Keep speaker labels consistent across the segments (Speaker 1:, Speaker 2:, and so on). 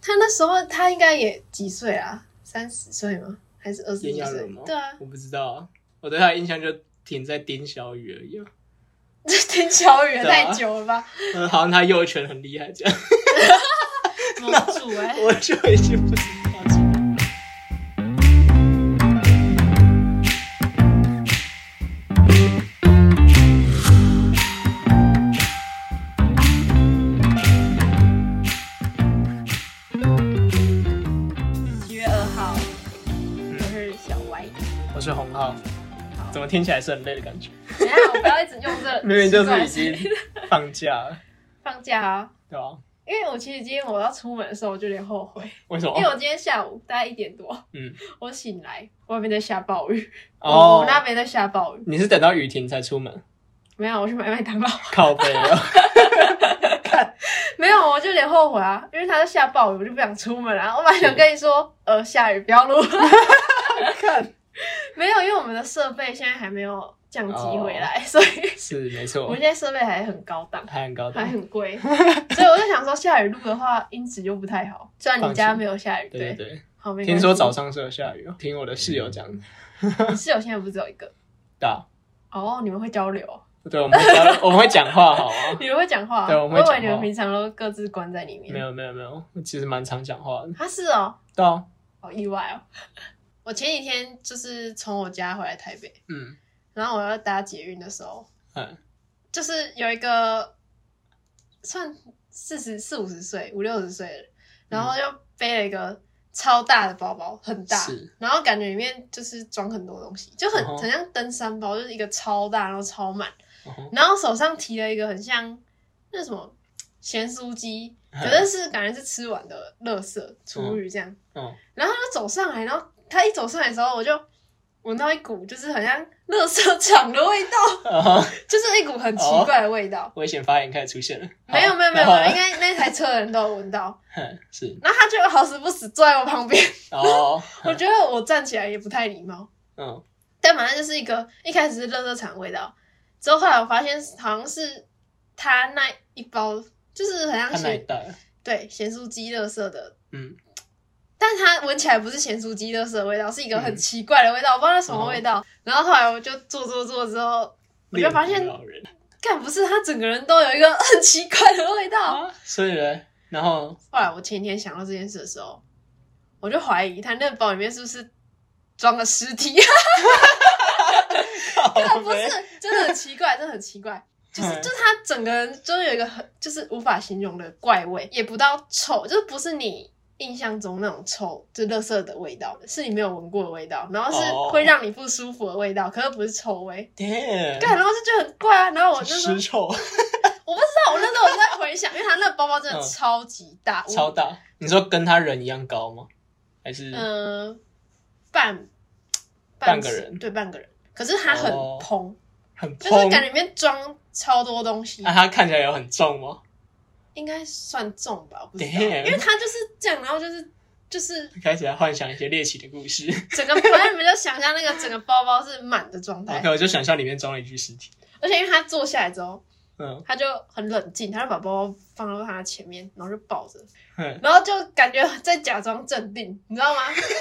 Speaker 1: 他那时候他应该也几岁啊？三十岁吗？还是二十
Speaker 2: 炎
Speaker 1: 几
Speaker 2: 亚纶
Speaker 1: 岁
Speaker 2: 吗？？
Speaker 1: 对啊，
Speaker 2: 我不知道啊，我对他的印象就停在丁小雨而已啊。
Speaker 1: 这挺久远，
Speaker 2: 对啊
Speaker 1: 太久了吧？
Speaker 2: 嗯，好像他右拳很厉害 这样，
Speaker 1: 啊
Speaker 3: 盟
Speaker 2: 啊
Speaker 3: 主哎、
Speaker 1: 欸
Speaker 2: 我就已经不知道怎么了。
Speaker 3: 七月二号，
Speaker 2: 嗯
Speaker 3: 我是小歪。
Speaker 2: 我是洪浩，怎么听起来是很累的感觉？
Speaker 1: 等一下，我不要一直用 这
Speaker 2: 明明就是已
Speaker 1: 奇
Speaker 2: 经
Speaker 1: 怪的
Speaker 2: 放假了，
Speaker 1: 放假啊。
Speaker 2: 对吧？
Speaker 1: 因为我其实今天我要出门的时候，我就有点后悔，
Speaker 2: 为什么
Speaker 1: 因为？我今天下午大概一点多，
Speaker 2: 嗯，
Speaker 1: 我醒来外面在下暴雨，我
Speaker 2: 哦
Speaker 1: 们，那边在下暴雨，
Speaker 2: 你是等到雨停才出门，
Speaker 1: 没有，我去买麦当劳，
Speaker 2: 靠背哦。
Speaker 1: 没有，我就有点后悔啊，因为他在下暴雨，我就不想出门啊。我本来想跟你说，呃，下雨不要录，
Speaker 2: 看，
Speaker 1: 没有，因为我们的设备现在还没有降级回来，
Speaker 2: 哦
Speaker 1: 所以
Speaker 2: 是没
Speaker 1: 我
Speaker 2: 错
Speaker 1: 们，现在设备还很高档，
Speaker 2: 还很高
Speaker 1: 还
Speaker 2: 档。
Speaker 1: 很 贵，所以我就想说，下雨录的话音质就不太好。虽然你家没有下雨，
Speaker 2: 对对
Speaker 1: 好，没关
Speaker 2: 对，
Speaker 1: 系
Speaker 2: 听说早上是有下雨哦，听我的室友讲的。
Speaker 1: 你室友现在不是只有一个
Speaker 2: 对啊
Speaker 1: 哦，你们会交流，
Speaker 2: 对，我们会讲我们会讲话好吗？
Speaker 1: 你们会讲话，
Speaker 2: 对我
Speaker 1: 我
Speaker 2: 们会
Speaker 1: 以
Speaker 2: 讲话
Speaker 1: 为你们平常都各自关在里面，
Speaker 2: 没，有没有没有，我其实蛮常讲话的。
Speaker 1: 他是哦，
Speaker 2: 对啊，
Speaker 1: 好意外哦。 我前几天就是从我家回来台北，
Speaker 2: 嗯
Speaker 1: 然后我要搭捷运的时候，
Speaker 2: 嗯，
Speaker 1: 就是有一个算四十四五十岁、五六十岁了，然后就背了一个超大的包包，很大
Speaker 2: 是，
Speaker 1: 然后感觉里面就是装很多东西，就很、
Speaker 2: 嗯哼
Speaker 1: 很像登山包，就是一个超大然后超满，
Speaker 2: 哦吼
Speaker 1: 然后手上提了一个很像那什么咸酥 鸡，
Speaker 2: 嗯
Speaker 1: 可是是感觉是吃完的垃圾厨余这样，
Speaker 2: 哦，
Speaker 1: 然后他就走上来，然后他一走上来的时候，我就闻到一股就是很像垃圾场的味道。
Speaker 2: 啊哈
Speaker 1: 就是一股很奇
Speaker 2: 哦
Speaker 1: 怪的味道。
Speaker 2: 危险发言开始出现了。
Speaker 1: 没有
Speaker 2: 好
Speaker 1: 没有没有，
Speaker 2: 然后呢
Speaker 1: 应该那台车的人都有闻到。
Speaker 2: 哼是
Speaker 1: 然后他就好死不死坐在我旁边，
Speaker 2: 哦，
Speaker 1: 我觉得我站起来也不太礼貌。
Speaker 2: 嗯
Speaker 1: 但反正就是一个一开始是热热场味道，之后后来我发现好像是他那一包，就是很像
Speaker 2: 看哪一
Speaker 1: 咸
Speaker 2: 代了，
Speaker 1: 对咸酥鸡热色的。
Speaker 2: 嗯
Speaker 1: 但它闻起来不是咸酥鸡热色的味道，是一个很奇怪的味道，我不知道那什么味
Speaker 2: 哦
Speaker 1: 道。然后后来我就做做做之后，我就发现
Speaker 2: 六老人
Speaker 1: 干不是他整个人都有一个很奇怪的味道。
Speaker 2: 啊，所以呢，然 后
Speaker 1: 后来我前天想到这件事的时候，我就怀疑他那个包里面是不是装了尸 体？
Speaker 2: 靠
Speaker 1: 不
Speaker 2: 背
Speaker 1: 是， 真的很奇怪，真的很奇怪。就是
Speaker 2: 嗯
Speaker 1: 就是他整个人就是有一个很就是无法形容的怪味，也不到臭，就是不是你印象中那种臭，就垃圾的味道，是你没有闻过的味道，然后是
Speaker 2: 哦
Speaker 1: 会让你不舒服的味道，可是不是臭味。
Speaker 2: ，damn，
Speaker 1: 干，然后就觉得很怪啊。然后我就说，
Speaker 2: 尸臭，
Speaker 1: 我不知道，我那时候我在回想，因为他那个包包真的
Speaker 2: 嗯
Speaker 1: 超级大，我
Speaker 2: 超大。你说跟他人一样高吗？还是
Speaker 1: 嗯，半
Speaker 2: 半个人
Speaker 1: 尺对，半个人。可是它很
Speaker 2: 哦
Speaker 1: 蓬，
Speaker 2: 很
Speaker 1: 就是
Speaker 2: 蓬？啊
Speaker 1: 感觉里面装超多东西，
Speaker 2: 那他看起来有很重吗？
Speaker 1: 应该算重吧，我不知道，
Speaker 2: Damn
Speaker 1: 因为它就是这样，然后就是就是
Speaker 2: 开始在幻想一些猎奇的故事。
Speaker 1: 整个，反正你们就想象那个整个包包是满的状态
Speaker 2: OK，，我就想象里面装了一具尸体。
Speaker 1: 而且因为他坐下来之后，
Speaker 2: 嗯，
Speaker 1: 他就很冷静，他就把包包放到他前面，然后就抱着，
Speaker 2: 哼
Speaker 1: 然后就感觉在假装镇定，你知道吗？就是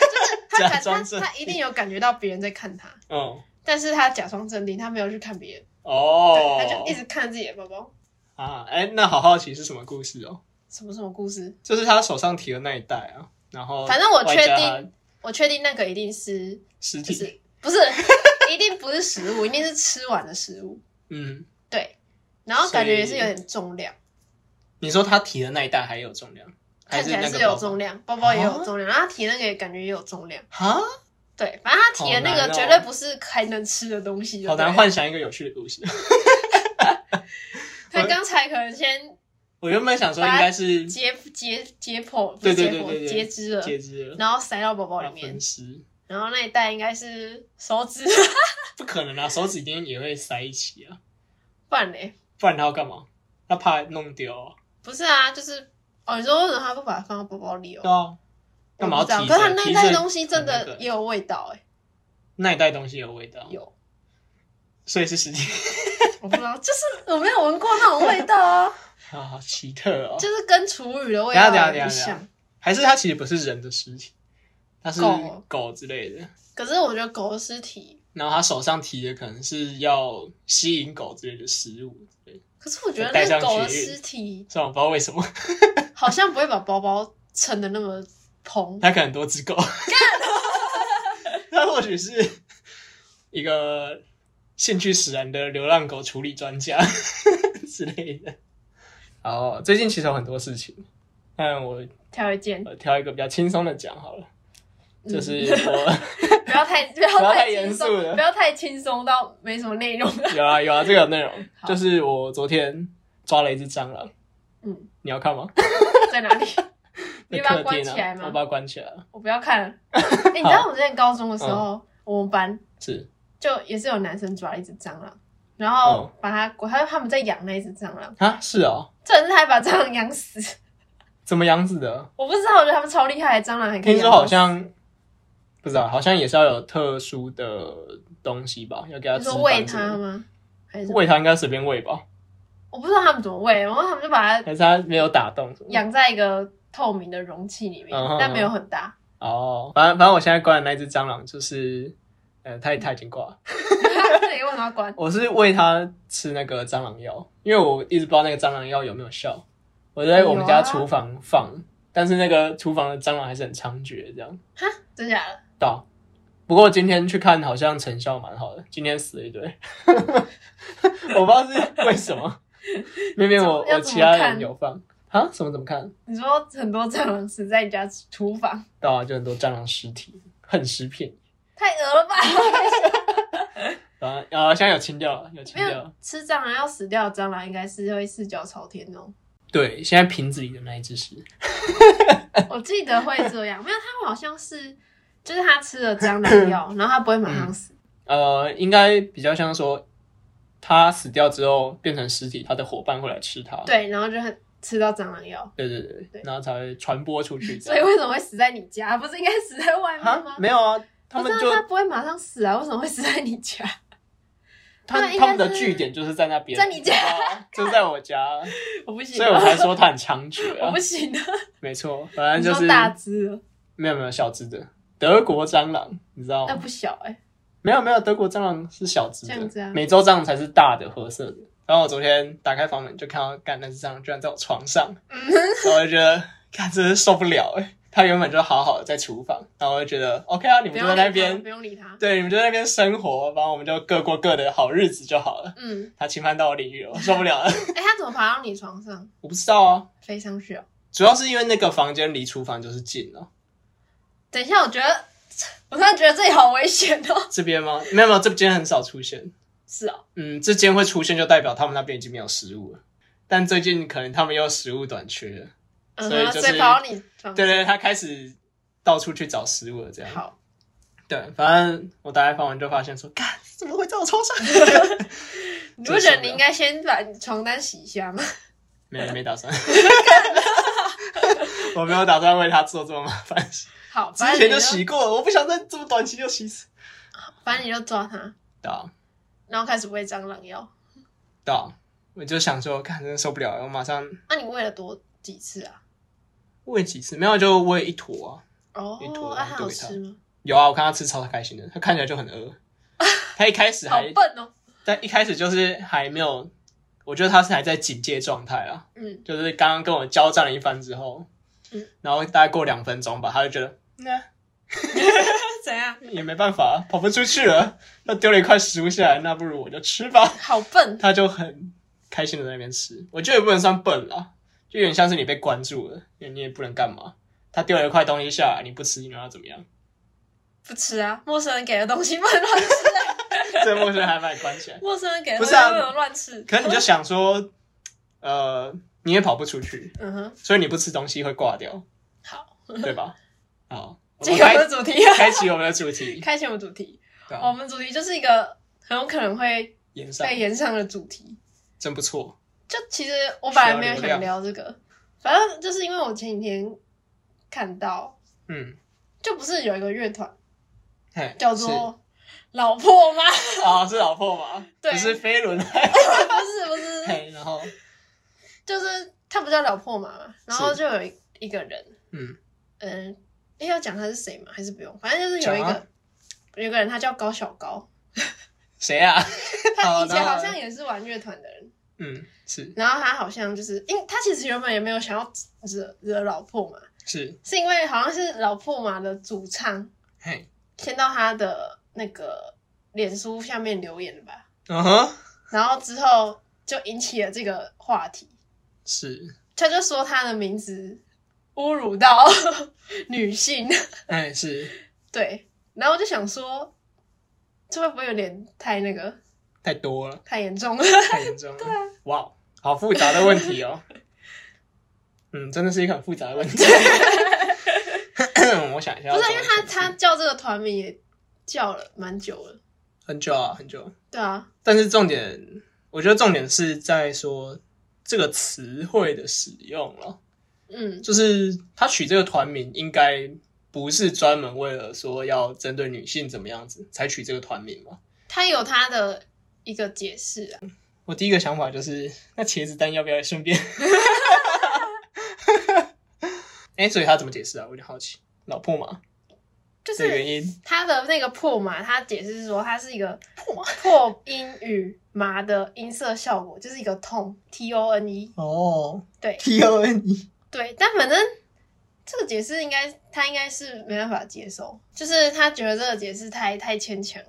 Speaker 1: 他感
Speaker 2: 假装
Speaker 1: 他
Speaker 2: 镇
Speaker 1: 他一定有感觉到别人在看他，
Speaker 2: 嗯，
Speaker 1: 但是他假装镇定，他没有去看别人。
Speaker 2: 哦
Speaker 1: 对，他就一直看自己的包包，
Speaker 2: 啊，哎，那好好奇是什么故事哦？
Speaker 1: 什么什么故事。
Speaker 2: 就是他手上提的那一袋啊，然后
Speaker 1: 反正我
Speaker 2: 外
Speaker 1: 确
Speaker 2: 加
Speaker 1: 定我确定那个一定是，
Speaker 2: 尸
Speaker 1: 就
Speaker 2: 体，
Speaker 1: 是不是， 一定不是食物，一定是吃完的食物。
Speaker 2: 嗯，
Speaker 1: 对，然后感觉也是
Speaker 2: 所以
Speaker 1: 有点重量，
Speaker 2: 你说他提的那一袋还有重量，还
Speaker 1: 看起来
Speaker 2: 那
Speaker 1: 是
Speaker 2: 个
Speaker 1: 有
Speaker 2: 包
Speaker 1: 重量，包包也有重量，然后他提那个也感觉也有重量。
Speaker 2: 啊？
Speaker 1: 对，反正他提的那
Speaker 2: 好
Speaker 1: 个
Speaker 2: 难哦
Speaker 1: 绝对不是还能吃的东西。
Speaker 2: 好难。幻想一个有趣的故事。
Speaker 1: 他刚才可能先
Speaker 2: 我原本想说应该是
Speaker 1: 解解解剖，不是
Speaker 2: 对对
Speaker 1: 解
Speaker 2: 对对
Speaker 1: 剖
Speaker 2: 对
Speaker 1: 截肢了，
Speaker 2: 截肢了，
Speaker 1: 然后塞到包包里面
Speaker 2: 分，尸
Speaker 1: 然后那一袋应该是手指，
Speaker 2: 不可能啊，手指一定也会塞一起啊，
Speaker 1: 不然嘞。
Speaker 2: 不然他要干嘛？他怕弄丢啊，
Speaker 1: 不是啊，就是哦，你说为什么他不把它放到包包里
Speaker 2: 对
Speaker 1: 哦？
Speaker 2: 啊，
Speaker 1: 我
Speaker 2: 干
Speaker 1: 不
Speaker 2: 嘛要
Speaker 1: 知道
Speaker 2: 提
Speaker 1: 可是他
Speaker 2: 着？
Speaker 1: 那
Speaker 2: 提
Speaker 1: 一袋
Speaker 2: 着
Speaker 1: 东西真
Speaker 2: 很那
Speaker 1: 的
Speaker 2: 个
Speaker 1: 也有味道哎、
Speaker 2: 那一袋东西有味道，
Speaker 1: 有，
Speaker 2: 所以是尸体，
Speaker 1: 我不知道，就是我没有闻过那种味道啊，
Speaker 2: 好好奇特哦。
Speaker 1: 就是跟厨余的味
Speaker 2: 等一下
Speaker 1: 道
Speaker 2: 等一下
Speaker 1: 也不
Speaker 2: 等一下
Speaker 1: 像。
Speaker 2: 还是它其实不是人的尸体，它是
Speaker 1: 狗
Speaker 2: 狗之类的。
Speaker 1: 可是我觉得狗的尸体，
Speaker 2: 然后他手上提的可能是要吸引狗之类的食物之类的，
Speaker 1: 可是我觉得
Speaker 2: 带
Speaker 1: 那
Speaker 2: 上
Speaker 1: 狗的
Speaker 2: 去
Speaker 1: 尸体
Speaker 2: 虽然我不知道为什么，
Speaker 1: 好像不会把包包撑的那么 蓬。
Speaker 2: 他可能很多只狗。他或许是一个兴趣使然的流浪狗处理专家 之类的。哦，最近其实有很多事情，但我
Speaker 1: 挑一件，
Speaker 2: 呃挑一个比较轻松的讲好了，
Speaker 1: 嗯
Speaker 2: 就是我。
Speaker 1: 不要太不要
Speaker 2: 不要太
Speaker 1: 轻
Speaker 2: 严肃
Speaker 1: 松
Speaker 2: 了
Speaker 1: 不要太轻松到没什么内容。
Speaker 2: 有啊有啊，这个有内容，
Speaker 1: 好
Speaker 2: 就是我昨天抓了一只蟑螂，
Speaker 1: 嗯，
Speaker 2: 你要看吗？
Speaker 1: 在 哪里？你
Speaker 2: 在
Speaker 1: 把它
Speaker 2: 客
Speaker 1: 关
Speaker 2: 厅
Speaker 1: 起来
Speaker 2: 啊，
Speaker 1: 吗
Speaker 2: 我把它关起来了，
Speaker 1: 我不要看了。哎、你知道我之前高中的时候，
Speaker 2: 嗯
Speaker 1: 我们班
Speaker 2: 是
Speaker 1: 就也是有男生抓一只蟑螂，然
Speaker 2: 哦
Speaker 1: 后把它，他、他们在养那一只蟑螂，
Speaker 2: 啊，是哦，
Speaker 1: 这人是还把蟑螂养死。
Speaker 2: 怎么样子的？
Speaker 1: 我不知道，我觉得他们超厉害，蟑螂还可以
Speaker 2: 听
Speaker 1: 养
Speaker 2: 说
Speaker 1: 到
Speaker 2: 好像不知道，好像也是要有特殊的东西吧，要给它
Speaker 1: 你
Speaker 2: 吃
Speaker 1: 说
Speaker 2: 饭
Speaker 1: 喂
Speaker 2: 之
Speaker 1: 它
Speaker 2: 类的，
Speaker 1: 吗？还是
Speaker 2: 喂它应该随便喂吧，
Speaker 1: 我不知道他们怎么喂，然后他们就把它
Speaker 2: 还是它没有打洞什么的？
Speaker 1: 养在一个透明的容器里面，
Speaker 2: 嗯哼
Speaker 1: 但没有很大。
Speaker 2: 哦，反正反正我现在关的那只蟑螂就是，呃，它它已经挂了。
Speaker 1: 这里为什么要关？
Speaker 2: 我是喂它吃那个蟑螂药，因为我一直不知道那个蟑螂药有没有效。我在我们
Speaker 1: 有
Speaker 2: 家
Speaker 1: 啊
Speaker 2: 厨房放，但是那个厨房的蟑螂还是很猖獗，这样。
Speaker 1: 真假的？
Speaker 2: 到。不过今天去看，好像成效蛮好的。今天死了一堆， 我不知道是为什么。明明我
Speaker 1: 要
Speaker 2: 我
Speaker 1: 怎
Speaker 2: 其
Speaker 1: 么看
Speaker 2: 他人有放啊？什么怎么看？
Speaker 1: 你说很多蟑螂死在你家厨房，
Speaker 2: 到啊，就很多蟑螂尸体，恨尸片。
Speaker 1: 太恶了吧？
Speaker 2: 然后啊，现在有清掉了，有清
Speaker 1: 没
Speaker 2: 掉
Speaker 1: 有
Speaker 2: 了。
Speaker 1: 吃蟑螂要死掉的蟑螂，应该是会四脚朝天哦。
Speaker 2: 对，现在瓶子里的那一只是
Speaker 1: 我记得会这样，没有，他们好像是就是他吃了蟑螂 药，然后他不会马上死，
Speaker 2: 呃，应该比较像说，它死掉之后变成尸体，它的伙伴会来吃它。
Speaker 1: 对，然后就很吃到蟑螂药。
Speaker 2: 对对对
Speaker 1: 对
Speaker 2: 对，然后才会传播出去这
Speaker 1: 所以
Speaker 2: 样。
Speaker 1: 为什么会死在你家？不是应该死在外面吗
Speaker 2: 啊？，没有啊，他们
Speaker 1: 不是
Speaker 2: 就
Speaker 1: 啊他不会马上死啊，为什么会死在你家？
Speaker 2: 他
Speaker 1: 那应该
Speaker 2: 他们的
Speaker 1: 是
Speaker 2: 据点就是在那边，
Speaker 1: 在你家
Speaker 2: 啊， 就是在我家，
Speaker 1: 我不行
Speaker 2: 所以 我
Speaker 1: 啊，
Speaker 2: 才说他很猖獗
Speaker 1: 我
Speaker 2: 啊
Speaker 1: 不。行啊！
Speaker 2: 没错， 反
Speaker 1: 你
Speaker 2: 正就
Speaker 1: 说
Speaker 2: 是哦
Speaker 1: 大只了，
Speaker 2: 没有没有小只的德国蟑螂，你知道
Speaker 1: 那
Speaker 2: 吗
Speaker 1: 不？小哎，
Speaker 2: 没有没有，德国蟑螂是小只
Speaker 1: 这样子
Speaker 2: 的
Speaker 1: 啊，
Speaker 2: 美洲蟑螂才是大的褐色的。然后我昨天打开房门就看到，干那只蟑螂居然在我床上，
Speaker 1: 嗯
Speaker 2: 然后我就觉得，干真是受不了哎、欸。它原本就好好的在厨房，然后我就觉得 OK 啊，你
Speaker 1: 不
Speaker 2: 们
Speaker 1: 用
Speaker 2: 就
Speaker 1: 理
Speaker 2: 在那
Speaker 1: 它
Speaker 2: 边
Speaker 1: 不，用理它。
Speaker 2: 对，你们就在那边生活，然后我们就各过各的好日子就好了。
Speaker 1: 嗯，
Speaker 2: 它侵犯到我领域了，我受不了了。
Speaker 1: 哎，它怎么爬到你床上
Speaker 2: 我不知道啊，
Speaker 1: 飞上去哦？
Speaker 2: 主要是因为那个房间离厨房就是近了、
Speaker 1: 等一下，我觉 得我突然觉得这里好危险哦。
Speaker 2: 这边吗？没有没有，这间很少出现。
Speaker 1: 是哦，
Speaker 2: 嗯，这间会出现就代表他们那边已经没有食物了，但最近可能他们又食物短缺了。
Speaker 1: 嗯
Speaker 2: 所以
Speaker 1: 哼，
Speaker 2: 就是
Speaker 1: 所以爬到你床上。
Speaker 2: 对对，他开始到处去找食物了，这样。
Speaker 1: 好，
Speaker 2: 对，反正我打开房门就发现说，干怎么会在我 床上？
Speaker 1: 你不觉得你应该先把你床单洗一下吗？
Speaker 2: 没没打算， 我没有打算为他做这么麻烦的事，
Speaker 1: 好，
Speaker 2: 之
Speaker 1: 反正
Speaker 2: 前
Speaker 1: 你
Speaker 2: 就洗过了，我不想再这么短期就洗死。
Speaker 1: 反正你就抓它，
Speaker 2: 对啊，
Speaker 1: 然后开始喂蟑螂药。
Speaker 2: 对啊，我就想说，看真的受不了了，我马上
Speaker 1: 那你喂了多几次啊？
Speaker 2: 喂几次，没有就喂一坨啊。
Speaker 1: 哦
Speaker 2: 一坨，
Speaker 1: 那
Speaker 2: 然后
Speaker 1: 它有
Speaker 2: 丢给它
Speaker 1: 吃吗？
Speaker 2: 有啊，我看他吃超开心的，他看起来就很 饿。他一开始
Speaker 1: 好
Speaker 2: 还，
Speaker 1: 笨哦。
Speaker 2: 但一开始就是还没有，我觉得他是还在警戒状态啊，
Speaker 1: 嗯，
Speaker 2: 就是刚刚跟我交战了一番之后，
Speaker 1: 嗯
Speaker 2: 然后大概过两分钟吧，他就觉得那、
Speaker 1: 怎样？
Speaker 2: 也没办法，跑不出去了，那丢了一块食物下来，那不如我就吃吧。
Speaker 1: 好笨。
Speaker 2: 他就很开心的在那边吃，我觉得也不能算笨啦，就有点像是你被关注了，你也不能干嘛。他丢了一块东西下来，你不吃，你能要怎么 样？
Speaker 1: 不吃啊，陌生人给的东西不能乱 吃啊、
Speaker 2: 这陌生人还把你关起来。
Speaker 1: 陌生人给的
Speaker 2: 不
Speaker 1: 东
Speaker 2: 是
Speaker 1: 西
Speaker 2: 啊
Speaker 1: 不能乱吃。
Speaker 2: 可能你就想说，呃，你也跑不出去，
Speaker 1: 嗯哼，
Speaker 2: 所以你不吃东西会挂掉，
Speaker 1: 好，
Speaker 2: 对吧？好，我
Speaker 1: 这
Speaker 2: 们
Speaker 1: 个我们
Speaker 2: 开
Speaker 1: 的主题啊，
Speaker 2: 开启我们的主题，
Speaker 1: 开启我们主题。
Speaker 2: 对
Speaker 1: 我
Speaker 2: 啊，
Speaker 1: 们主题就是一个很有可能会
Speaker 2: 演上
Speaker 1: 被延上的主题。
Speaker 2: 真不错，
Speaker 1: 就其实我本来没有
Speaker 2: 需要
Speaker 1: 想
Speaker 2: 流
Speaker 1: 聊这个，反正就是因为我前几天看到，
Speaker 2: 嗯，
Speaker 1: 就不是有一个乐团
Speaker 2: 嘿
Speaker 1: 叫做老破 吗？
Speaker 2: 是啊，是老破嘛，
Speaker 1: 对
Speaker 2: 不是飞轮，
Speaker 1: 不是不是，
Speaker 2: 嘿然后
Speaker 1: 就是他不叫老破嘛，然后就有一一个人，
Speaker 2: 嗯，
Speaker 1: 嗯，哎、要讲他是谁吗？还是不用？反正就是有一
Speaker 2: 讲啊
Speaker 1: 个有一个人，他叫高小高，
Speaker 2: 谁啊？
Speaker 1: 他
Speaker 2: 好
Speaker 1: 以前
Speaker 2: 然后
Speaker 1: 好像也是玩乐团的人，
Speaker 2: 嗯，是
Speaker 1: 然后他好像就是，因他其实原本也没有想要惹惹老破嘛，
Speaker 2: 是，
Speaker 1: 是因为好像是老破嘛的主唱
Speaker 2: 嘿，
Speaker 1: 先到他的那个脸书下面留言的吧，
Speaker 2: 嗯哼，
Speaker 1: 然后之后就引起了这个话题，
Speaker 2: 是，
Speaker 1: 他就说他的名字侮辱到 女性，
Speaker 2: 哎是，
Speaker 1: 对，然后我就想说，这会不会有点太那个
Speaker 2: 太多了，
Speaker 1: 太严重了？
Speaker 2: 太严重了，
Speaker 1: 啊
Speaker 2: 哇，好复杂的问题哦。嗯，真的是一个很复杂的问题。 我想一下要
Speaker 1: 不
Speaker 2: 怎么解释，
Speaker 1: 是因为他他叫这个团名也叫了蛮久了，
Speaker 2: 很久啊，很久。
Speaker 1: 对啊，
Speaker 2: 但是重点，我觉得重点是在说这个词汇的使用了。
Speaker 1: 嗯，
Speaker 2: 就是他取这个团名，应该不是专门为了说要针对女性怎么样子才取这个团名嘛。
Speaker 1: 他有他的一个解释啊，
Speaker 2: 我第一个想法就是，那茄子蛋要不要顺便？ 哎、所以他怎么解释啊？我就好奇，老破嘛，
Speaker 1: 就
Speaker 2: 这个原
Speaker 1: 是
Speaker 2: 因
Speaker 1: 他的那个破嘛，他解释是说它是一个破破音与麻的音色效果，就是一个痛 T O N E，
Speaker 2: 哦
Speaker 1: 对
Speaker 2: ，T O N E，
Speaker 1: 对，但反正这个解释应该他应该是没办法接受，就是他觉得这个解释太太牵强，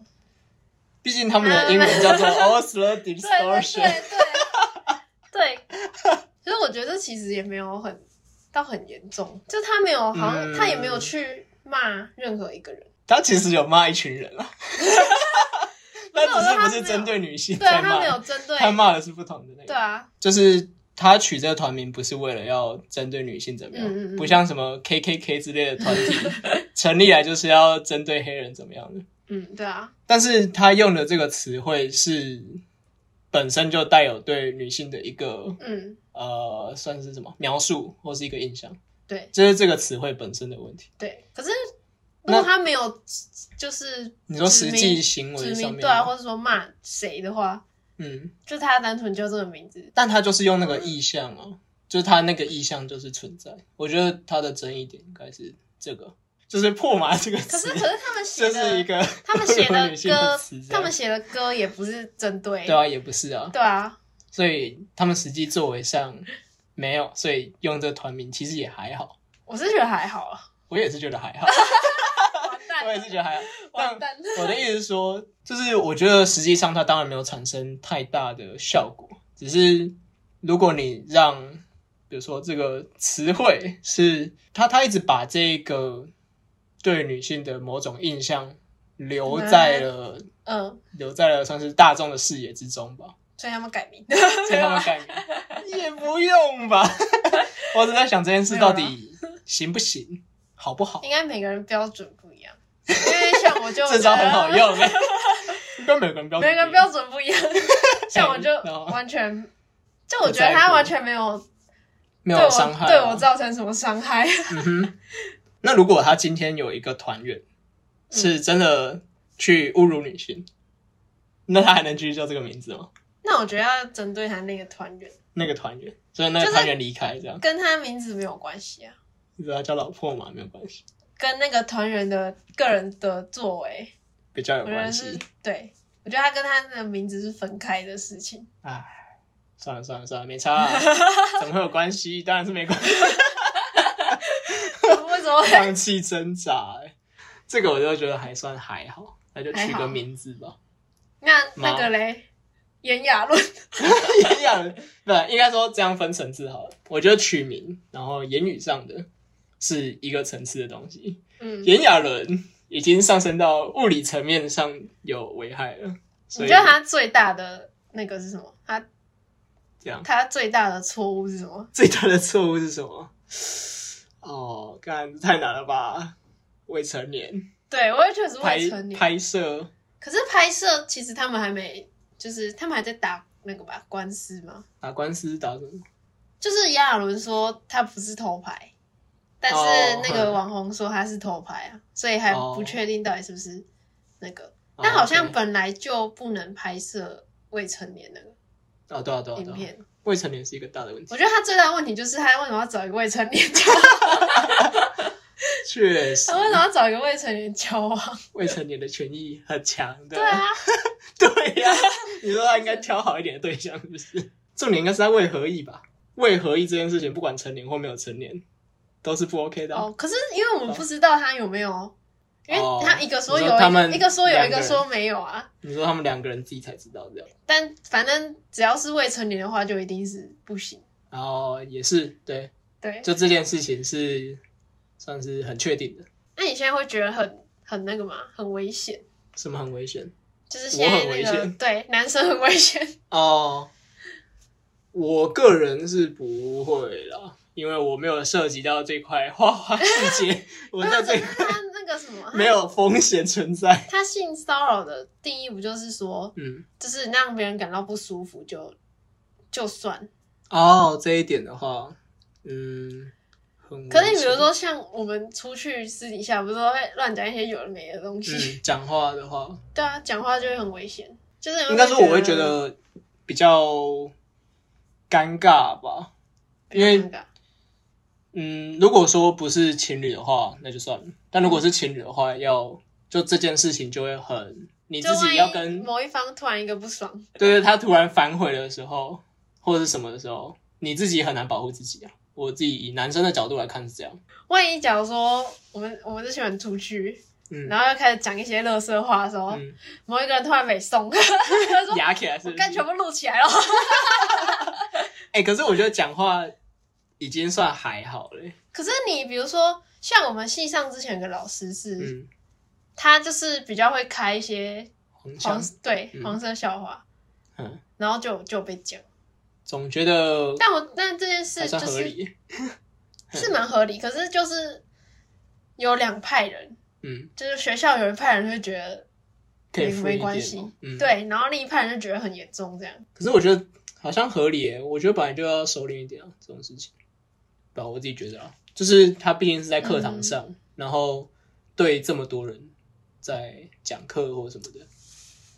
Speaker 2: 毕竟他们的英文叫做 Oslo
Speaker 1: 啊对对
Speaker 2: Distortion，
Speaker 1: 对对 对，其实我觉得其实也没有很到很严重，就他没有好像、
Speaker 2: 嗯
Speaker 1: 他也没有去骂任何一个人，
Speaker 2: 他其实有骂一群人 啊，那只是
Speaker 1: 我说他
Speaker 2: 不
Speaker 1: 没
Speaker 2: 是
Speaker 1: 有
Speaker 2: 针对女性
Speaker 1: 对啊
Speaker 2: 在
Speaker 1: 他
Speaker 2: 骂
Speaker 1: 没，有针对，
Speaker 2: 他骂的是不同的那个。
Speaker 1: 对啊，
Speaker 2: 就是他取这个团名不是为了要针对女性怎么
Speaker 1: 嗯
Speaker 2: 样，
Speaker 1: 嗯嗯
Speaker 2: 不像什么 KKK 之类的 团体成立来就是要针对黑人怎么样的。
Speaker 1: 嗯，对啊，
Speaker 2: 但是他用的这个词汇是本身就带有对女性的一个
Speaker 1: 嗯，
Speaker 2: 呃，算是什么描述或是一个印象，
Speaker 1: 对
Speaker 2: 这、是这个词汇本身的问题。
Speaker 1: 对，可是。如果他没有，就是
Speaker 2: 你说实
Speaker 1: 指
Speaker 2: 际
Speaker 1: 名
Speaker 2: 行为
Speaker 1: 指
Speaker 2: 上
Speaker 1: 名
Speaker 2: 面，
Speaker 1: 对啊，或者说骂谁的话，
Speaker 2: 嗯，
Speaker 1: 就他单纯就这个名字，
Speaker 2: 但他就是用那个意象啊，就是他那个意象就是存在。我觉得他的争议点应该是这个，就是破马这个
Speaker 1: 可
Speaker 2: 词。
Speaker 1: 是可是他们写
Speaker 2: 这
Speaker 1: 的，
Speaker 2: 是一个
Speaker 1: 他们 写
Speaker 2: 侮辱女性的
Speaker 1: 歌
Speaker 2: 词，这样
Speaker 1: 他们写的歌也不是针对，
Speaker 2: 对啊，也不是啊，
Speaker 1: 对啊，
Speaker 2: 所以他们实际作为上没有，所以用这团名其实也还好，
Speaker 1: 我是觉得还好啊，
Speaker 2: 我也是觉得还好，
Speaker 1: 完蛋
Speaker 2: 我也是觉得还好。
Speaker 1: 完
Speaker 2: 但
Speaker 1: 蛋，
Speaker 2: 我的意思是说，就是我觉得实际上它当然没有产生太大的效果，只是如果你让，比如说这个词汇是它，它一直把这个对女性的某种印象留在了、
Speaker 1: 嗯，
Speaker 2: 留在了算是大众的视野之中吧。
Speaker 1: 所以他们改名，
Speaker 2: 所以他们改名 也不用吧。 我只在想这件事到底行不行，好不好？
Speaker 1: 应该每个人标准不一样，因为像 我就
Speaker 2: 这招很好， 用欸，跟每个人标准不一样哎
Speaker 1: 每个人标准不一 样，像我就
Speaker 2: 然后
Speaker 1: 完全，就我觉得他完全没有
Speaker 2: 没
Speaker 1: 对
Speaker 2: 有
Speaker 1: 我
Speaker 2: 伤害啊，
Speaker 1: 对我造成什么伤害，
Speaker 2: 嗯哼。那如果他今天有一个团员是真的去侮辱女性，那他还能继续叫这个名字吗？
Speaker 1: 那我觉得要针对他那个团员，
Speaker 2: 那个团员，所以那个团员离开，这样
Speaker 1: 跟他名字没有关系啊，
Speaker 2: 你知道他叫老破嘛，没有关系，
Speaker 1: 跟那个团员的个人的作为。
Speaker 2: 比较有
Speaker 1: 我觉得
Speaker 2: 关
Speaker 1: 是
Speaker 2: 系。
Speaker 1: 对，我觉得他跟他的名字是分开的事情。
Speaker 2: 唉，算了算了算了，没差啊、怎么会有关系？当然是没关系。
Speaker 1: 为什么会？
Speaker 2: 放弃挣扎、欸，这个我就觉得还算还好，那就取
Speaker 1: 还
Speaker 2: 个
Speaker 1: 好
Speaker 2: 名字吧。
Speaker 1: 那那个嘞，炎亚纶，
Speaker 2: 一样，不，应该说这样分层次好了。我觉得取名，然后言语上的是一个层次的东西。
Speaker 1: 嗯，
Speaker 2: 炎亚纶已经上升到物理层面上有危害了，所
Speaker 1: 你
Speaker 2: 以
Speaker 1: 觉得他最大的那个是什么？他
Speaker 2: 这样
Speaker 1: 他最大的错误是什么？
Speaker 2: 最大的错误是什么？哦，干太难了吧？未成年
Speaker 1: 对，我也觉得是
Speaker 2: 拍
Speaker 1: 未成年。
Speaker 2: 拍摄，
Speaker 1: 可是拍摄其实他们还没，就是他们还在打那个吧官司嘛。
Speaker 2: 打官司打什么？
Speaker 1: 就是炎亚纶说他不是偷拍，但
Speaker 2: 哦
Speaker 1: 是那个网红说他是偷拍啊，所以还不确定到底是不是那个。但好
Speaker 2: 啊
Speaker 1: 像本来就不能拍摄未成年的
Speaker 2: 哦，对啊，对啊，
Speaker 1: 影
Speaker 2: 对啊，
Speaker 1: 片。
Speaker 2: 未成 年是一个大的问题
Speaker 1: 我。觉得他最大的问题就是他为什么要找一个未成年？
Speaker 2: 确实
Speaker 1: 他，为什么要找一个未成年交往？
Speaker 2: 未成年的权益很强的。
Speaker 1: 对啊，
Speaker 2: 对呀、你说他应该挑好一点的对象，是不是？重点应该是他为何意吧？为何意这件事情，不管成年或没有成年，都是不 OK 的啊、
Speaker 1: 哦，可是因为我们不知道他有没有，因
Speaker 2: 哦
Speaker 1: 为他一个说有，
Speaker 2: 你说他们
Speaker 1: 一个说有，
Speaker 2: 两
Speaker 1: 一
Speaker 2: 个人
Speaker 1: 个说没有啊。
Speaker 2: 你说他们两个人自己才知道这样，
Speaker 1: 但反正只要是未成年的话，就一定是不行。
Speaker 2: 然后也是对，
Speaker 1: 对，
Speaker 2: 就这件事情是算是很确定的，
Speaker 1: 那你现在会觉得很很那个吗？很危险，
Speaker 2: 什么很危险
Speaker 1: 就是现在
Speaker 2: 我很危
Speaker 1: 那个
Speaker 2: 险
Speaker 1: 对男生很危险。
Speaker 2: 哦。我个人是不会啦，因为我没有涉及到这块花花世界，我在这
Speaker 1: 那他 他那个什么，他
Speaker 2: 没有风险存在。
Speaker 1: 他性骚扰的定义不就是说，
Speaker 2: 嗯，
Speaker 1: 就是让别人感到不舒服就就算。
Speaker 2: 哦，这一点的话，嗯，很
Speaker 1: 可是你
Speaker 2: 危
Speaker 1: 比
Speaker 2: 险
Speaker 1: 如，说像我们出去私底下，不是都会乱讲一些有的没的东西？
Speaker 2: 嗯，讲话的 话，
Speaker 1: 对啊，讲话就会很危险，就是
Speaker 2: 应该说我会觉得比较尴尬吧，因为
Speaker 1: 尴尬
Speaker 2: 嗯，如果说不是情侣的话，那就算了；但如果是情侣的话，要就这件事情就会很你自
Speaker 1: 就万
Speaker 2: 己
Speaker 1: 一
Speaker 2: 要跟
Speaker 1: 某一方突然一个不爽，
Speaker 2: 对对，他突然反悔的时候，或者是什么的时候，你自己很难保护自己啊。我自己以男生的角度来看是这样，
Speaker 1: 万一假如说我们我们这群人出去，
Speaker 2: 嗯，
Speaker 1: 然后又开始讲一些乐色话的时候，
Speaker 2: 嗯，
Speaker 1: 某一个人突然没送， 他说
Speaker 2: 压起来 是不是
Speaker 1: 干全部录起来了，
Speaker 2: 哎、可是我觉得讲话已经算还好了欸、
Speaker 1: 可是你比如说，像我们系上之前有个老师是，
Speaker 2: 嗯，
Speaker 1: 他就是比较会开一些
Speaker 2: 黄腔
Speaker 1: 黄，对
Speaker 2: 嗯
Speaker 1: 黄色笑话，
Speaker 2: 嗯，
Speaker 1: 然后就就被讲。
Speaker 2: 总觉得
Speaker 1: 但我但这件事
Speaker 2: 还
Speaker 1: 就
Speaker 2: 算合
Speaker 1: 是
Speaker 2: 理，嗯
Speaker 1: 是蛮合理，可是就是有两派人，
Speaker 2: 嗯，
Speaker 1: 就是学校有一派人会觉得
Speaker 2: 可
Speaker 1: 没
Speaker 2: 以 free
Speaker 1: 没
Speaker 2: 一
Speaker 1: 关
Speaker 2: 点
Speaker 1: 系
Speaker 2: 嘛，嗯，。
Speaker 1: 对，然后另一派人就觉得很严重，这样
Speaker 2: 可是我觉得好像合理、欸，我觉得本来就要收敛一点啊，这种事情，对啊我自己觉得啊，就是他毕竟是在课
Speaker 1: 嗯
Speaker 2: 堂上，然后对这么多人在讲课或什么的，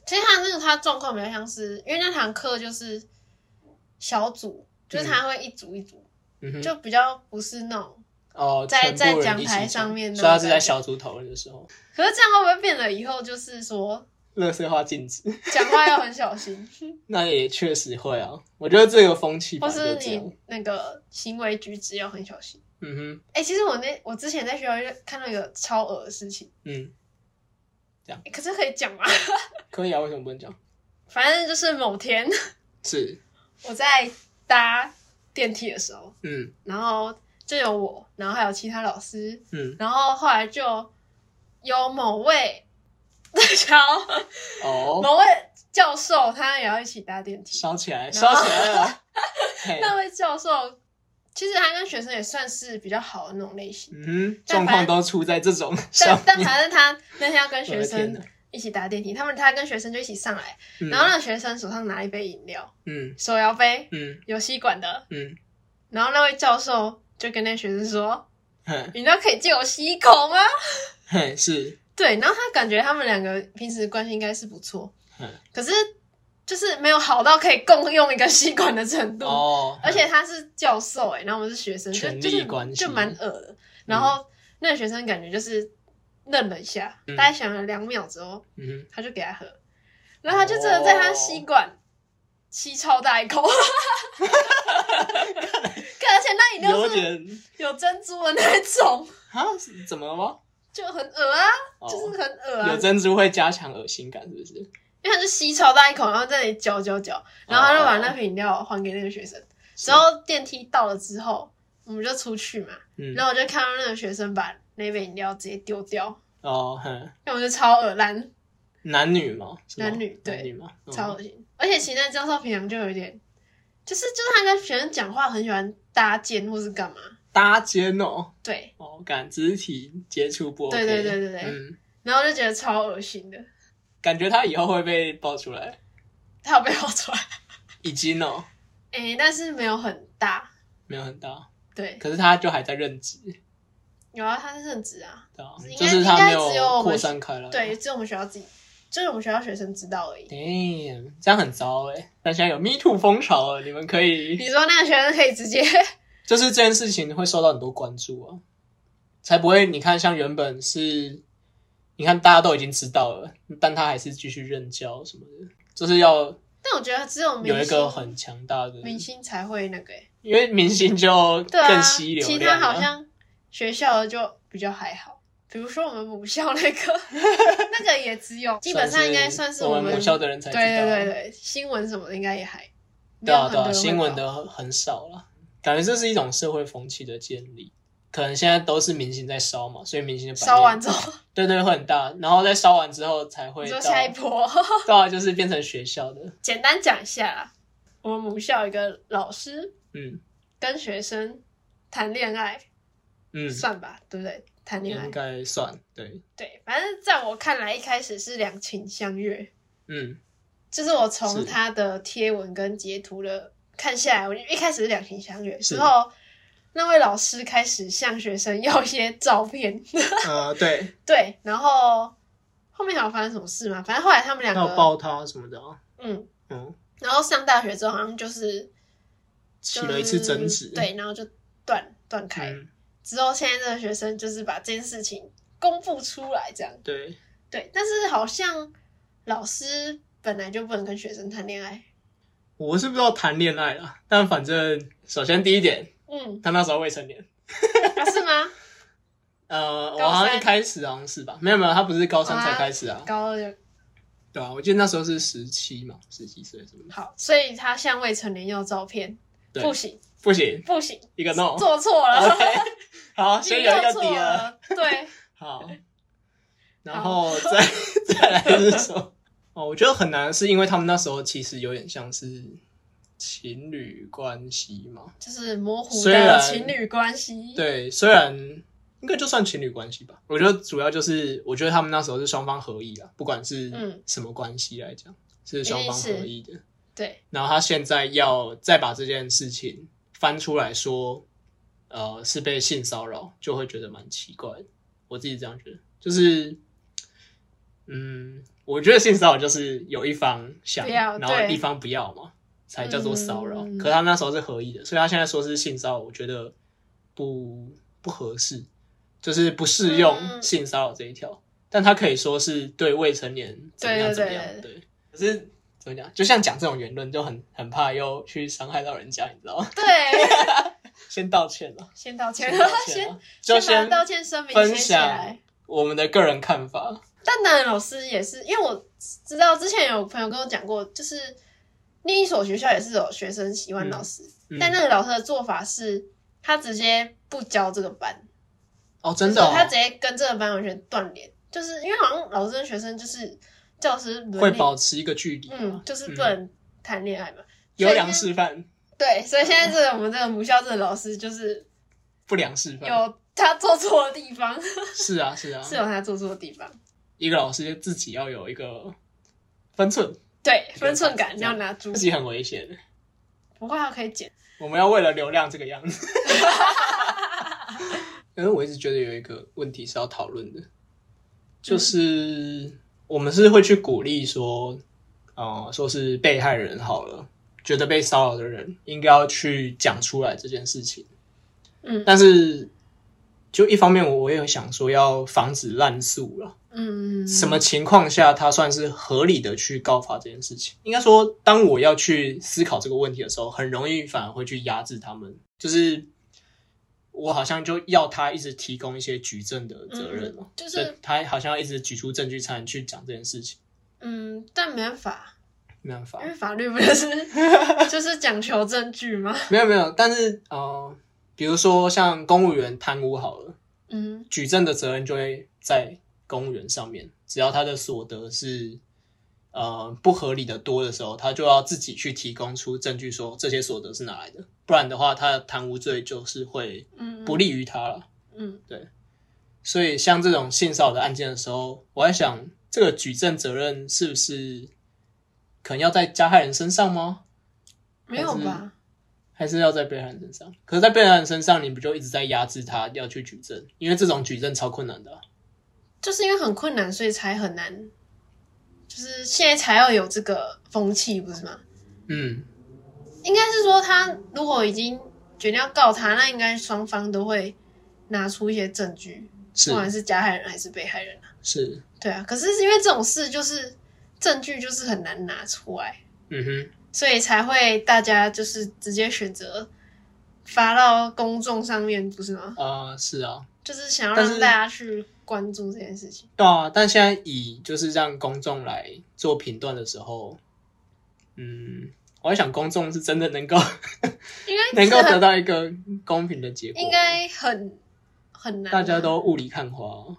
Speaker 1: 其实他那个他状况比较像是，因为那堂课就是小组，就是他会一组一组，
Speaker 2: 嗯哼，
Speaker 1: 就比较不是那种。
Speaker 2: 哦，
Speaker 1: 在
Speaker 2: 全部人
Speaker 1: 在讲
Speaker 2: 一起
Speaker 1: 台
Speaker 2: 讲
Speaker 1: 上面那
Speaker 2: 所以他
Speaker 1: 种
Speaker 2: 是在
Speaker 1: 感觉
Speaker 2: 小组讨论的时候，
Speaker 1: 可是这样会不会变得以后就是说
Speaker 2: 乐色化禁止，
Speaker 1: 讲话要很小心，
Speaker 2: 那也确实会啊，我觉得这个风气
Speaker 1: 或
Speaker 2: 吧，
Speaker 1: 是
Speaker 2: 就这样
Speaker 1: 你，那个行为举止要很小心？
Speaker 2: 嗯哼。
Speaker 1: 哎、其实我那我之前在学校就看到一个超恶的事情，
Speaker 2: 嗯，
Speaker 1: 欸可是可以讲吗？
Speaker 2: 可以啊，为什么不能讲？
Speaker 1: 反正就是某天
Speaker 2: 是，
Speaker 1: 我在搭电梯的时候，
Speaker 2: 嗯
Speaker 1: 然后就有我，然后还有其他老师，
Speaker 2: 嗯，
Speaker 1: 然后后来就有某位 乔
Speaker 2: 哦，
Speaker 1: 某位教授，他也要一起搭电梯。
Speaker 2: 烧起来，
Speaker 1: 然
Speaker 2: 烧
Speaker 1: 后
Speaker 2: 起来了，嘿，
Speaker 1: 那位教授其实他跟学生也算是比较好的那种类型，
Speaker 2: 嗯哼，状
Speaker 1: 但
Speaker 2: 况
Speaker 1: 凡
Speaker 2: 都出在这种上
Speaker 1: 但但
Speaker 2: 面。
Speaker 1: 反正他那天要跟
Speaker 2: 我
Speaker 1: 学
Speaker 2: 的天哪
Speaker 1: 生一起搭电梯，他们他跟学生就一起上来，
Speaker 2: 嗯
Speaker 1: 然后那个学生手上拿一杯饮料，
Speaker 2: 嗯
Speaker 1: 手摇杯，
Speaker 2: 嗯
Speaker 1: 有吸管的，
Speaker 2: 嗯
Speaker 1: 然后那位教授就跟那学生说
Speaker 2: 嗯，：“
Speaker 1: 饮料可以借我吸一口吗
Speaker 2: 嘿，是，？”
Speaker 1: 对，然后他感觉他们两个平时关系应该是不错
Speaker 2: 嗯，
Speaker 1: 可是就是没有好到可以共用一个吸管的程度。
Speaker 2: 哦，
Speaker 1: 嗯而且他是教授哎、然后我们是学生，就
Speaker 2: 权力
Speaker 1: 就是
Speaker 2: 关系嗯
Speaker 1: 就蛮恶的。然后那个学生感觉就是愣了一下，
Speaker 2: 嗯
Speaker 1: 大概想了两秒之后，
Speaker 2: 嗯
Speaker 1: 他就给他喝，然后他就真的在
Speaker 2: 哦
Speaker 1: 他吸管吸超大一口，看而且那饮
Speaker 2: 哼，
Speaker 1: 料
Speaker 2: 有
Speaker 1: 是
Speaker 2: 点
Speaker 1: 有珍珠的那一种，
Speaker 2: 啊，是怎么了吗？
Speaker 1: 就很恶啊，
Speaker 2: 哦
Speaker 1: 就是很恶啊
Speaker 2: 有，珍珠会加强恶心感，是不是？
Speaker 1: 因为他就吸超大一口，然后在那里嚼嚼嚼，然后他就把那瓶饮料还给那个学生。
Speaker 2: 哦是
Speaker 1: 之后电梯到了之后，我们就出去嘛，
Speaker 2: 嗯，
Speaker 1: 然后我就看到那个学生把那杯饮料直接丢掉，
Speaker 2: 哦，哼，
Speaker 1: 因为我就超恶烂，
Speaker 2: 男女嘛，是吗
Speaker 1: 男女对
Speaker 2: 男女嘛，嗯
Speaker 1: 超恶心。而且其实那教授平常就有一点，就是就是他跟学生讲话很喜欢搭肩或是干嘛，
Speaker 2: 搭肩哦，
Speaker 1: 对，
Speaker 2: 哦，感肢体接触不 OK，
Speaker 1: 对对对对对
Speaker 2: 嗯，
Speaker 1: 然后就觉得超恶心的，
Speaker 2: 感觉他以后会被爆出来，
Speaker 1: 他有被爆出来，
Speaker 2: 已经哦，
Speaker 1: 哎、但是没有很大，
Speaker 2: 没有很大，
Speaker 1: 对，
Speaker 2: 可是他就还在任职，
Speaker 1: 有啊，他是任职啊，
Speaker 2: 对啊，
Speaker 1: 应
Speaker 2: 就
Speaker 1: 该
Speaker 2: 是他没
Speaker 1: 应该只有我们
Speaker 2: 扩散开来。
Speaker 1: 对，只有我们学校自己，就是我们学校学生知道而已。
Speaker 2: ，damn，这样很糟哎、但现在有 Me Too 风潮了，你们 可以，
Speaker 1: 你说那个学生可以直接，
Speaker 2: 就是这件事情会受到很多关注啊。才不会你看像原本是，你看大家都已经知道了，但他还是继续任教什么的，就是要
Speaker 1: 但我觉得只有明
Speaker 2: 有一个
Speaker 1: 星
Speaker 2: 很强大的，
Speaker 1: 明星才会那个欸、
Speaker 2: 因为明星就
Speaker 1: 对啊，
Speaker 2: 更吸流
Speaker 1: 其
Speaker 2: 量
Speaker 1: 他
Speaker 2: 啊、
Speaker 1: 好像学校的就比较还好，比如说我们母校那 个，那个也只有基本上应该算是
Speaker 2: 我
Speaker 1: 们
Speaker 2: 们母校的人才知道，啊
Speaker 1: 对对对对，新闻什么的应该也还没
Speaker 2: 对
Speaker 1: 有
Speaker 2: 啊
Speaker 1: 很
Speaker 2: 对
Speaker 1: 多人
Speaker 2: 啊，
Speaker 1: 会
Speaker 2: 新闻
Speaker 1: 报
Speaker 2: 的很很少了，感觉这是一种社会风气的建立。可能现在都是明星在烧嘛，所以明星的版面
Speaker 1: 烧完之后，
Speaker 2: 对对会很大，然后在烧完之后才会
Speaker 1: 你
Speaker 2: 到
Speaker 1: 说下一波。
Speaker 2: 对啊，就是变成学校的，
Speaker 1: 简单讲一下啦，我们母校有一个老师
Speaker 2: 嗯
Speaker 1: 跟学生谈恋爱，
Speaker 2: 嗯，
Speaker 1: 算吧，对不对？谈恋爱
Speaker 2: 应，该算对，
Speaker 1: 对，反正在我看来，一开始是两情相悦，
Speaker 2: 嗯
Speaker 1: 就是我从
Speaker 2: 是
Speaker 1: 他的贴文跟截图的看下来，我就一开始是两情相悦，
Speaker 2: 是
Speaker 1: 之后那位老师开始向学生要一些照片，
Speaker 2: 呃对，
Speaker 1: 对，然后后面好像发生什么事嘛，反正后来他们两
Speaker 2: 要
Speaker 1: 个，
Speaker 2: 抱他什么的、啊，
Speaker 1: 嗯，
Speaker 2: 嗯，
Speaker 1: 然后上大学之后好像就是
Speaker 2: 起了一次争执，
Speaker 1: 就是嗯对，然后就断断开，
Speaker 2: 嗯
Speaker 1: 之后现在这个学生就是把这件事情公布出来，这样
Speaker 2: 对，
Speaker 1: 对，但是好像老师本来就不能跟学生谈恋爱，
Speaker 2: 我是不知道谈恋爱啦，但反正首先第一点，
Speaker 1: 嗯，
Speaker 2: 他那时候未成年，
Speaker 1: 啊是 吗？
Speaker 2: 呃，
Speaker 1: 高
Speaker 2: 我
Speaker 1: 三
Speaker 2: 好像一开始好像是吧，没有没有，他不是高三才
Speaker 1: 啊
Speaker 2: 开始啊，
Speaker 1: 高二就
Speaker 2: 对啊，我记得那时候是十七嘛，十几岁什么的，
Speaker 1: 好，所以他向未成年要照片，
Speaker 2: 对
Speaker 1: 不行
Speaker 2: 不行，
Speaker 1: 不行，
Speaker 2: 一个 no，
Speaker 1: 做错了
Speaker 2: OK，好，
Speaker 1: 你
Speaker 2: 先有一个
Speaker 1: 做
Speaker 2: 底啊
Speaker 1: 错
Speaker 2: 了，
Speaker 1: 了，对，
Speaker 2: 好，然 后再再来是什么？哦，我觉得很难，是因为他们那时候其实有点像是情侣关系嘛。
Speaker 1: 就是模糊
Speaker 2: 虽然
Speaker 1: 的情侣关系，
Speaker 2: 对，虽然应该就算情侣关系吧。我觉得主要就是，我觉得他们那时候是双方合意啦，不管
Speaker 1: 嗯
Speaker 2: 是什么关系来讲，是双方合意的。
Speaker 1: 对
Speaker 2: 然后他现在要再把这件事情翻出来说，呃，是被性骚扰，就会觉得蛮奇怪的。我自己这样觉得，就是，嗯，我觉得性骚扰就是有一方想，
Speaker 1: 不要
Speaker 2: 然后
Speaker 1: 对
Speaker 2: 一方不要嘛，才叫做骚扰。
Speaker 1: 嗯
Speaker 2: 可他那时候是合意的，所以他现在说是性骚扰，我觉得不不合适，就是不适用
Speaker 1: 嗯
Speaker 2: 性骚扰这一条。但他可以说是对未成年怎么样
Speaker 1: 对
Speaker 2: 怎
Speaker 1: 对
Speaker 2: 么样，
Speaker 1: 对
Speaker 2: 对。可是怎么讲？就像讲这种言论，就很很怕又去伤害到人家，你知道吗？
Speaker 1: 对，
Speaker 2: 先道歉了，
Speaker 1: 先道歉
Speaker 2: 先道，歉
Speaker 1: 先
Speaker 2: 了，就
Speaker 1: 先把
Speaker 2: 先
Speaker 1: 道歉声明
Speaker 2: 分
Speaker 1: 写起来
Speaker 2: 享。我们的个人看法。
Speaker 1: 但当然，老师也是，因为我知道之前有朋友跟我讲过，就是另一所学校也是有学生喜欢老师，
Speaker 2: 嗯
Speaker 1: 但那个老师的做法是，他直接不教这个班，
Speaker 2: 哦，真的、哦
Speaker 1: 就是，他直接跟这个班完全断联，就是因为好像老师跟学生就是教师伦理
Speaker 2: 会保持一个距离、啊，
Speaker 1: 嗯，就是不能谈恋爱嘛，
Speaker 2: 优良示范，
Speaker 1: 对，所以现在这个我们这个母校这个老师 就是
Speaker 2: 不良示范，
Speaker 1: 有他做错的地方，
Speaker 2: 是啊是啊，
Speaker 1: 是有他做错的地方，
Speaker 2: 一个老师自己要有一个分寸，
Speaker 1: 对，分寸感
Speaker 2: 这
Speaker 1: 要
Speaker 2: 样
Speaker 1: 拿住
Speaker 2: 自，己很危险。
Speaker 1: 不过还可以剪。
Speaker 2: 我们要为了流量这个样子。因为我一直觉得有一个问题是要讨论的，就是我们是会去鼓励说，呃，说是被害人好了，觉得被骚扰的人应该要去讲出来这件事情。
Speaker 1: 嗯
Speaker 2: 但是就一方面，我也有想说要防止滥诉了。
Speaker 1: 嗯，
Speaker 2: 什么情况下他算是合理的去告发这件事情？应该说，当我要去思考这个问题的时候，很容易反而会去压制他们，就是我好像就要他一直提供一些举证的责任嘛，
Speaker 1: 嗯就是
Speaker 2: 所以他好像要一直举出证据才能去讲这件事情，
Speaker 1: 嗯，但没办法，
Speaker 2: 没办法
Speaker 1: 因，为法律不就是 就是讲求证据吗？
Speaker 2: 没有没有，但是呃，比如说像公务员贪污好了，
Speaker 1: 嗯
Speaker 2: 举证的责任就会在公务员上面，只要他的所得是呃不合理的多的时候，他就要自己去提供出证据说这些所得是哪来的，不然的话，他的贪污罪就是会
Speaker 1: 嗯，
Speaker 2: 不利于他了。
Speaker 1: 嗯
Speaker 2: 所以像这种性骚扰的案件的时候，我在想，这个举证责任是不是可能要在加害人身上吗？
Speaker 1: 没有吧？
Speaker 2: 还是要在被害人身上？可是，在被害人身上，你不就一直在压制他要去举证？因为这种举证超困难的啊、
Speaker 1: 就是因为很困难，所以才很难，就是现在才要有这个风气，不是吗？
Speaker 2: 嗯，
Speaker 1: 应该是说他如果已经决定要告他，那应该双方都会拿出一些证据，
Speaker 2: 是
Speaker 1: 不管是加害人还是被害人啊。
Speaker 2: 是，
Speaker 1: 对啊，可是因为这种事就是证据就是很难拿出来，
Speaker 2: 嗯哼，
Speaker 1: 所以才会大家就是直接选择发到公众上面，不是吗？
Speaker 2: 啊、是啊，
Speaker 1: 就是想要
Speaker 2: 但是
Speaker 1: 让大家去关注这件事情。
Speaker 2: 对啊，但现在以就是让公众来做评断的时候，嗯，我在想公众是真的能够
Speaker 1: 应该
Speaker 2: 能
Speaker 1: 是
Speaker 2: 够得
Speaker 1: 很
Speaker 2: 到一个公平的结果，
Speaker 1: 应该很很难啊、
Speaker 2: 大家都雾里看花，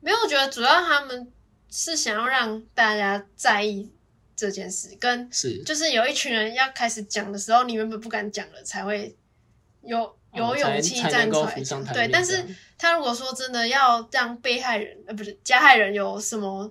Speaker 1: 没有，我觉得主要他们是想要让大家在意这件事，跟
Speaker 2: 是
Speaker 1: 就是有一群人要开始讲的时候，你原本不敢讲了，才会有有勇气
Speaker 2: 哦才才
Speaker 1: 站
Speaker 2: 能
Speaker 1: 出
Speaker 2: 够
Speaker 1: 来
Speaker 2: 浮上
Speaker 1: 讲。
Speaker 2: 台面这样。
Speaker 1: 对，但是他如果说真的要让被害人呃不是加害人有什么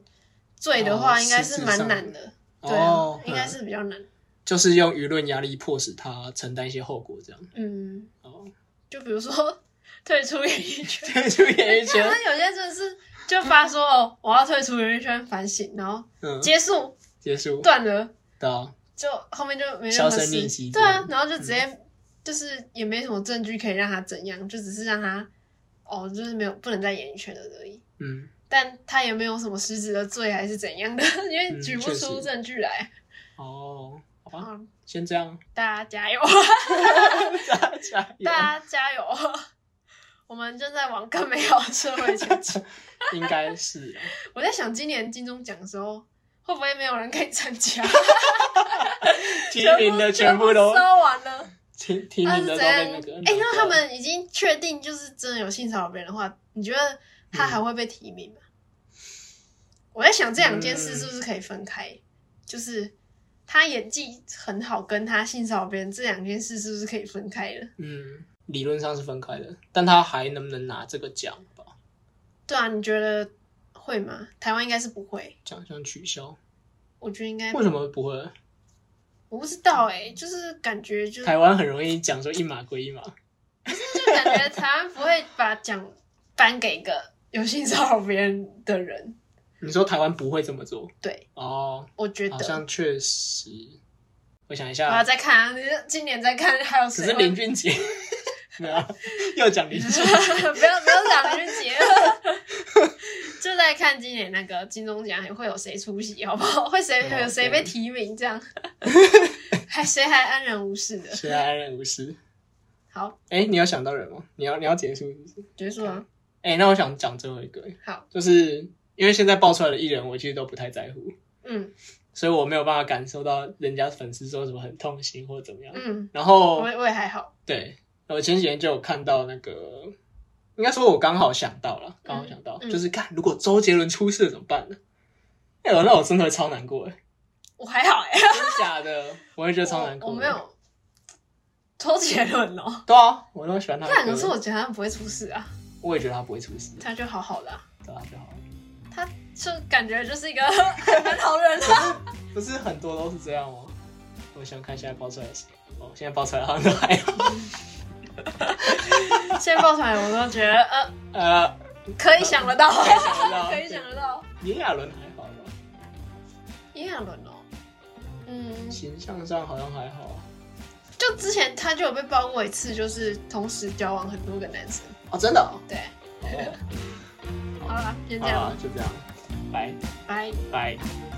Speaker 1: 罪的话，
Speaker 2: 哦
Speaker 1: 应该是蛮难的。对啊，
Speaker 2: 哦
Speaker 1: 应该是比较难。
Speaker 2: 就是用舆论压力迫使他承担一些后果，这样。
Speaker 1: 嗯，
Speaker 2: 哦，
Speaker 1: 就比如说 退出演艺圈，
Speaker 2: 退出演艺
Speaker 1: 他
Speaker 2: 圈
Speaker 1: 们，有些真的是就发说哦，我要退出演艺圈反省，然后
Speaker 2: 嗯，
Speaker 1: 结束
Speaker 2: 结束，
Speaker 1: 断了。
Speaker 2: 对啊，
Speaker 1: 就后面就没任
Speaker 2: 销
Speaker 1: 何
Speaker 2: 声
Speaker 1: 事
Speaker 2: 匿迹
Speaker 1: 对啊
Speaker 2: 这样，嗯
Speaker 1: 然后就直接、就是也没什么证据可以让他怎样，就只是让他哦，就是没有不能再演艺圈了而已。
Speaker 2: 嗯，
Speaker 1: 但他也没有什么实质的罪还是怎样的， 因为
Speaker 2: 嗯
Speaker 1: 举不
Speaker 2: 确
Speaker 1: 出
Speaker 2: 实
Speaker 1: 证据来。
Speaker 2: 哦，好吧，
Speaker 1: 嗯，
Speaker 2: 先这样，
Speaker 1: 大家加油，
Speaker 2: 大家油
Speaker 1: 大家加油， 我们正在往更美好的社 会前进。
Speaker 2: 应该是 啊，
Speaker 1: 我在想，今年金钟奖的时候会不会没有人可以参加？
Speaker 2: 提名的全部都
Speaker 1: 收完了。
Speaker 2: 提提
Speaker 1: 他
Speaker 2: 名
Speaker 1: 是
Speaker 2: 的
Speaker 1: 怎
Speaker 2: 都
Speaker 1: 样
Speaker 2: 被那个，？
Speaker 1: 哎、那他们已经确定就是真的有性骚扰别人的话，你觉得他还会被提名吗？我在想这两件事是不是可以分开，
Speaker 2: 嗯
Speaker 1: 就是他演技很好，跟他性骚扰别人这两件事是不是可以分开的？
Speaker 2: 嗯，理论上是分开的，但他还能不能拿这个奖吧？
Speaker 1: 对啊，你觉得会吗？台湾应该是不会，
Speaker 2: 奖项取消，
Speaker 1: 我觉得应该
Speaker 2: 为什么不会？
Speaker 1: 我不知道哎、就是感觉就是
Speaker 2: 台湾很容易讲说一码归一码，
Speaker 1: 就感觉台湾不会把奖颁给一个有性骚扰别人的人，
Speaker 2: 你说台湾不会这么做
Speaker 1: 对
Speaker 2: 哦？
Speaker 1: 我觉
Speaker 2: 好
Speaker 1: 得
Speaker 2: 像确实，我想一
Speaker 1: 我要
Speaker 2: 下，
Speaker 1: 再看、啊，今年再看还有
Speaker 2: 可
Speaker 1: 谁
Speaker 2: 是
Speaker 1: 会？
Speaker 2: 林俊杰没有啊，又讲林俊杰。
Speaker 1: 不要不要讲林俊杰了， 就在看今年那个金钟奖会有谁出席，好不好？会谁
Speaker 2: 好
Speaker 1: 有谁被提名这样？ 还谁还安然无事的？
Speaker 2: 谁还安然无事？
Speaker 1: 好，
Speaker 2: 哎、你有想到人吗？你要你要结束是不是？
Speaker 1: 结束了。
Speaker 2: 哎、那我想讲最后一个，
Speaker 1: 好，
Speaker 2: 就是因为现在爆出来的艺人，我其实都不太在乎，
Speaker 1: 嗯
Speaker 2: 所以我没有办法感受到人家粉丝说什么很痛心或怎么样。
Speaker 1: 嗯，
Speaker 2: 然
Speaker 1: 我
Speaker 2: 后
Speaker 1: 也我也还好。
Speaker 2: 对，我前几天就有看到那个，应该说我刚好想到了，刚好想到，
Speaker 1: 嗯
Speaker 2: 就是看如果周杰伦出事了怎么办呢？哎、呦，那我真的会超难过，哎
Speaker 1: 我还好哎、
Speaker 2: 真的假的？我会觉得超难
Speaker 1: 我
Speaker 2: 过。
Speaker 1: 我没，有周杰伦哦，
Speaker 2: 对啊，我都喜欢他的歌。
Speaker 1: 但可是我觉得他不会出事啊，
Speaker 2: 我也觉得他不会出事，
Speaker 1: 他就好好的啊、
Speaker 2: 对啊，就好了。
Speaker 1: 他就感觉就是一个 很好 人啊。
Speaker 2: 不是很多都是这样吗？哦我想看现在爆出来的谁。哦，现在爆出来好像都还好。
Speaker 1: 现在爆出来我都觉得呃
Speaker 2: 呃，
Speaker 1: 可以想得到，
Speaker 2: 可以想得到
Speaker 1: 可以想得到。
Speaker 2: 炎亚纶还好吧？
Speaker 1: 炎亚纶哦，嗯，
Speaker 2: 形象上好像还好。啊
Speaker 1: 就之前他就有被曝过一次，就是同时交往很多个男生。
Speaker 2: 哦，真的、哦。
Speaker 1: 对，
Speaker 2: 哦，
Speaker 1: 好啦，先这
Speaker 2: 好
Speaker 1: 样
Speaker 2: 啊
Speaker 1: 了，，
Speaker 2: 就这样，拜
Speaker 1: 拜。
Speaker 2: 拜。